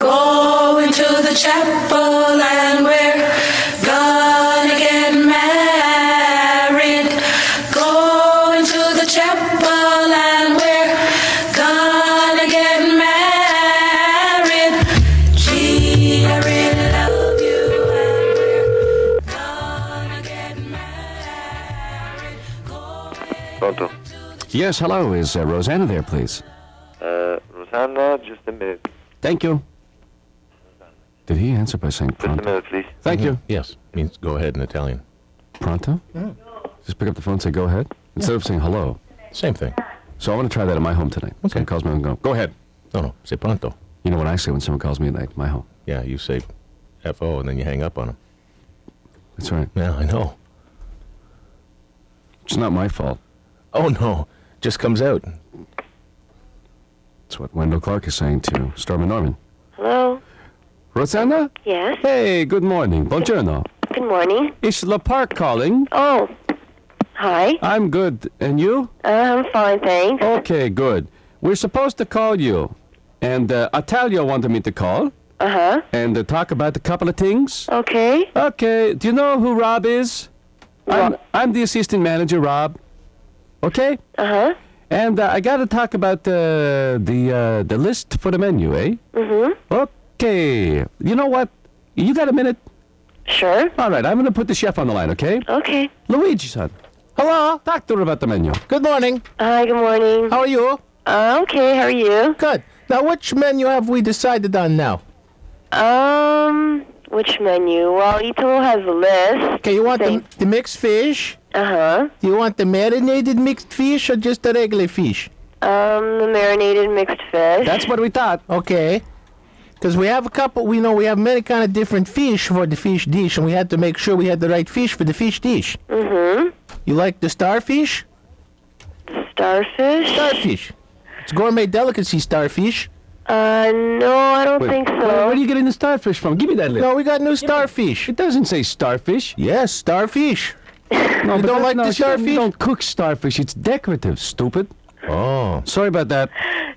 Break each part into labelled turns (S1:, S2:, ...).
S1: Going to the chapel and we're gonna get married. Going to the chapel and we're gonna get married. Gee, I really love you and we're gonna get married. Going
S2: Pronto.
S3: Yes, hello. Is uh, Rosanna there, please?
S2: Uh, Rosanna, just a minute.
S3: Thank you. Did he answer by saying
S2: Just a
S3: pronto?
S2: minute, please.
S3: Thank you.
S4: Yes, means go ahead in Italian.
S3: Pronto? Just pick up the phone and say, go ahead. Instead of saying hello.
S4: Same thing.
S3: So I want to try that at my home tonight. Okay. Someone calls me and go, go ahead.
S4: No, no, say pronto.
S3: You know what I say when someone calls me at night, my home.
S4: Yeah, you say F-O and then you hang up on them.
S3: That's right.
S4: Yeah, I know.
S3: It's not my fault.
S4: Oh, no, just comes out.
S3: That's what Wendell Clark is saying to Stormy Norman.
S5: Hello.
S3: Rosanna?
S5: Yes.
S3: Hey, good morning. Buongiorno.
S5: Good morning.
S3: It's La Park calling.
S5: Oh. Hi.
S3: I'm good. And you?
S5: Uh, I'm fine, thanks.
S3: Okay, good. We're supposed to call you. And uh, Italia wanted me to call
S5: Uh huh.
S3: and uh, talk about a couple of things.
S5: Okay.
S3: Okay, do you know who Rob is? I'm, I'm the assistant manager, Rob. Okay?
S5: Uh huh.
S3: And uh, I got to talk about uh, the uh, the list for the menu, eh? Mm-hmm. Okay. You know what? You got a minute?
S5: Sure.
S3: All right, I'm going to put the chef on the line, okay?
S5: Okay.
S3: Luigi, son. Hello? Talk to her about the menu.
S4: Good morning.
S5: Hi. Good morning.
S4: How are you?
S5: Uh, okay. How are you?
S4: Good. Now, which menu have we decided on now?
S5: Um. Which menu? Well, each one has a list.
S4: Okay, you want the,
S5: Same.
S4: the mixed fish?
S5: Uh
S4: Do you want the marinated mixed fish or just the regular fish?
S5: huh. Um. The marinated mixed fish.
S3: That's what we thought.
S4: Okay. Because we have a couple, we know we have many kind of different fish for the fish dish, and we had to make sure we had the right fish for the fish dish. Mm-hmm. You like the starfish?
S5: starfish.
S4: Starfish. It's gourmet delicacy starfish.
S5: Uh. No, I don't
S3: Wait,
S5: think
S3: Where,
S5: so.
S3: where are you getting the starfish from? Give me that list.
S4: No, Oh, we got new starfish.
S3: It doesn't say starfish.
S4: Yes, starfish.
S3: No, you
S4: don't like the starfish?
S3: You don't cook starfish. It's decorative, stupid.
S4: Oh.
S3: Sorry about that.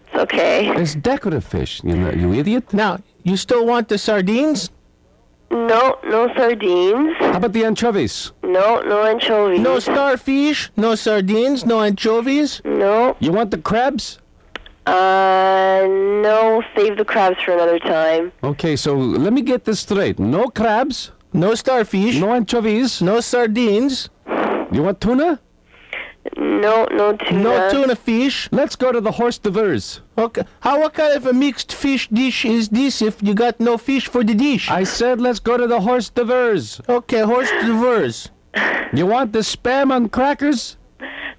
S5: it's okay.
S3: It's decorative fish. You know, you idiot.
S4: Now, you still want the sardines?
S5: No. No sardines.
S3: How about the anchovies?
S5: No. No anchovies.
S4: No starfish, no sardines, no anchovies.
S5: No.
S3: You want the crabs?
S5: Uh. No. Save the crabs for another time.
S3: Okay, so let me get this straight. No crabs,
S4: No starfish,
S3: no anchovies.
S4: no sardines,
S3: You want tuna?
S5: No, no tuna.
S4: no tuna fish.
S3: Let's go to the horse divers.
S4: Okay. How what kind of a mixed fish dish is this if you got no fish for the dish?
S3: I said let's go to the horse divers.
S4: okay, horse divers.
S3: You want the spam on crackers?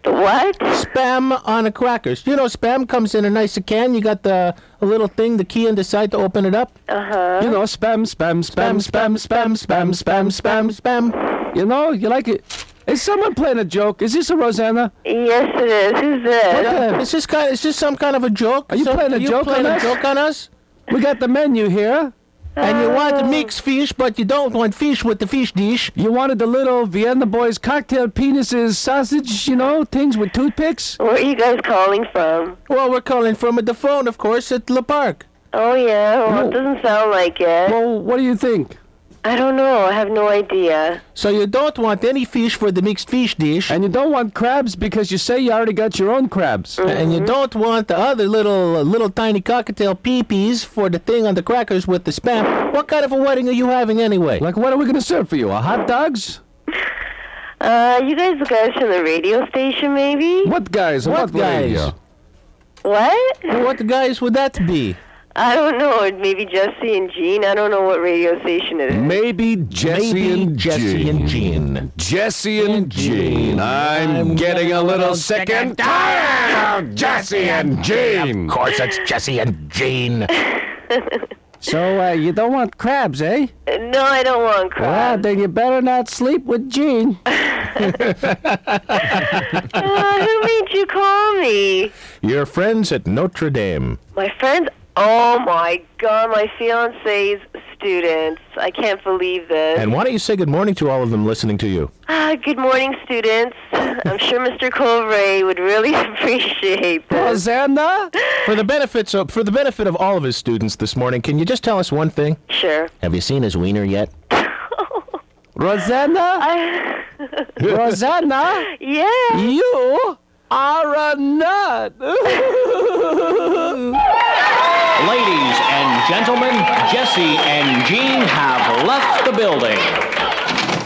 S5: The what?
S4: Spam on the crackers. You know, spam comes in a nicer can. You got the a little thing, the key on the side to open it up.
S3: You know, spam, spam, spam, spam, spam, spam, spam, spam,
S4: spam.
S3: spam. You know, you like it. Is someone playing a joke? Is this a Rosanna?
S5: Yes, it is. Who's this?
S3: Yeah.
S4: Uh, Is this kind? Is this some kind of a joke?
S3: Are you
S4: Some-
S3: playing a joke
S4: playing
S3: on
S4: a
S3: us?
S4: joke on us?
S3: We got the menu here.
S4: and you
S3: Uh.
S4: want mixed fish, but you don't want fish with the fish dish.
S3: You wanted the little Vienna boys cocktail penises, sausage, you know, things with toothpicks.
S5: Where are you guys calling from?
S4: Well, we're calling from the phone, of course, at La Park.
S5: Oh yeah. Well,
S3: No.
S5: it doesn't sound like it.
S3: Well, what do you think?
S5: I don't know. I have no idea.
S4: So you don't want any fish for the mixed fish dish,
S3: And you don't want crabs because you say you already got your own crabs.
S4: and you don't want the other little, little tiny cocktail peepees for the thing on the crackers with the spam. What kind of a wedding are you having anyway?
S3: Like, what are we going to serve for you? A hot dogs?
S5: Uh, you guys, the guys from the radio station, maybe?
S3: What guys?
S4: What guys?
S3: radio?
S5: What?
S4: What guys would that be?
S5: I don't know. Maybe Jesse and Jean. I don't know what radio station it is.
S3: Maybe Jesse
S4: Maybe
S3: and
S4: Jesse
S3: Gene.
S4: and Gene.
S3: Jesse and Gene. I'm, getting a little sick and tired of Jesse and Gene. Of course, it's Jesse and Gene. so uh, you don't want crabs, eh?
S5: No, I don't want
S3: Well,
S5: crabs.
S3: then you better not sleep with Gene.
S5: Uh, who made you call me?
S4: Your friends at Notre Dame.
S5: My friends. Oh my God, my fiance's students. I can't believe this.
S3: And why don't you say good morning to all of them listening to you?
S5: Ah, good morning, students. I'm sure Mr. Colray would really appreciate this.
S3: Rosanna? For the benefits of, for the benefit of all of his students this morning, can you just tell us one thing?
S5: Sure.
S3: Have you seen his wiener yet? Rosanna? Rosanna?
S5: Ah, yeah.
S3: You are a nut.
S6: Ladies and gentlemen, Jesse and Jean have left the building.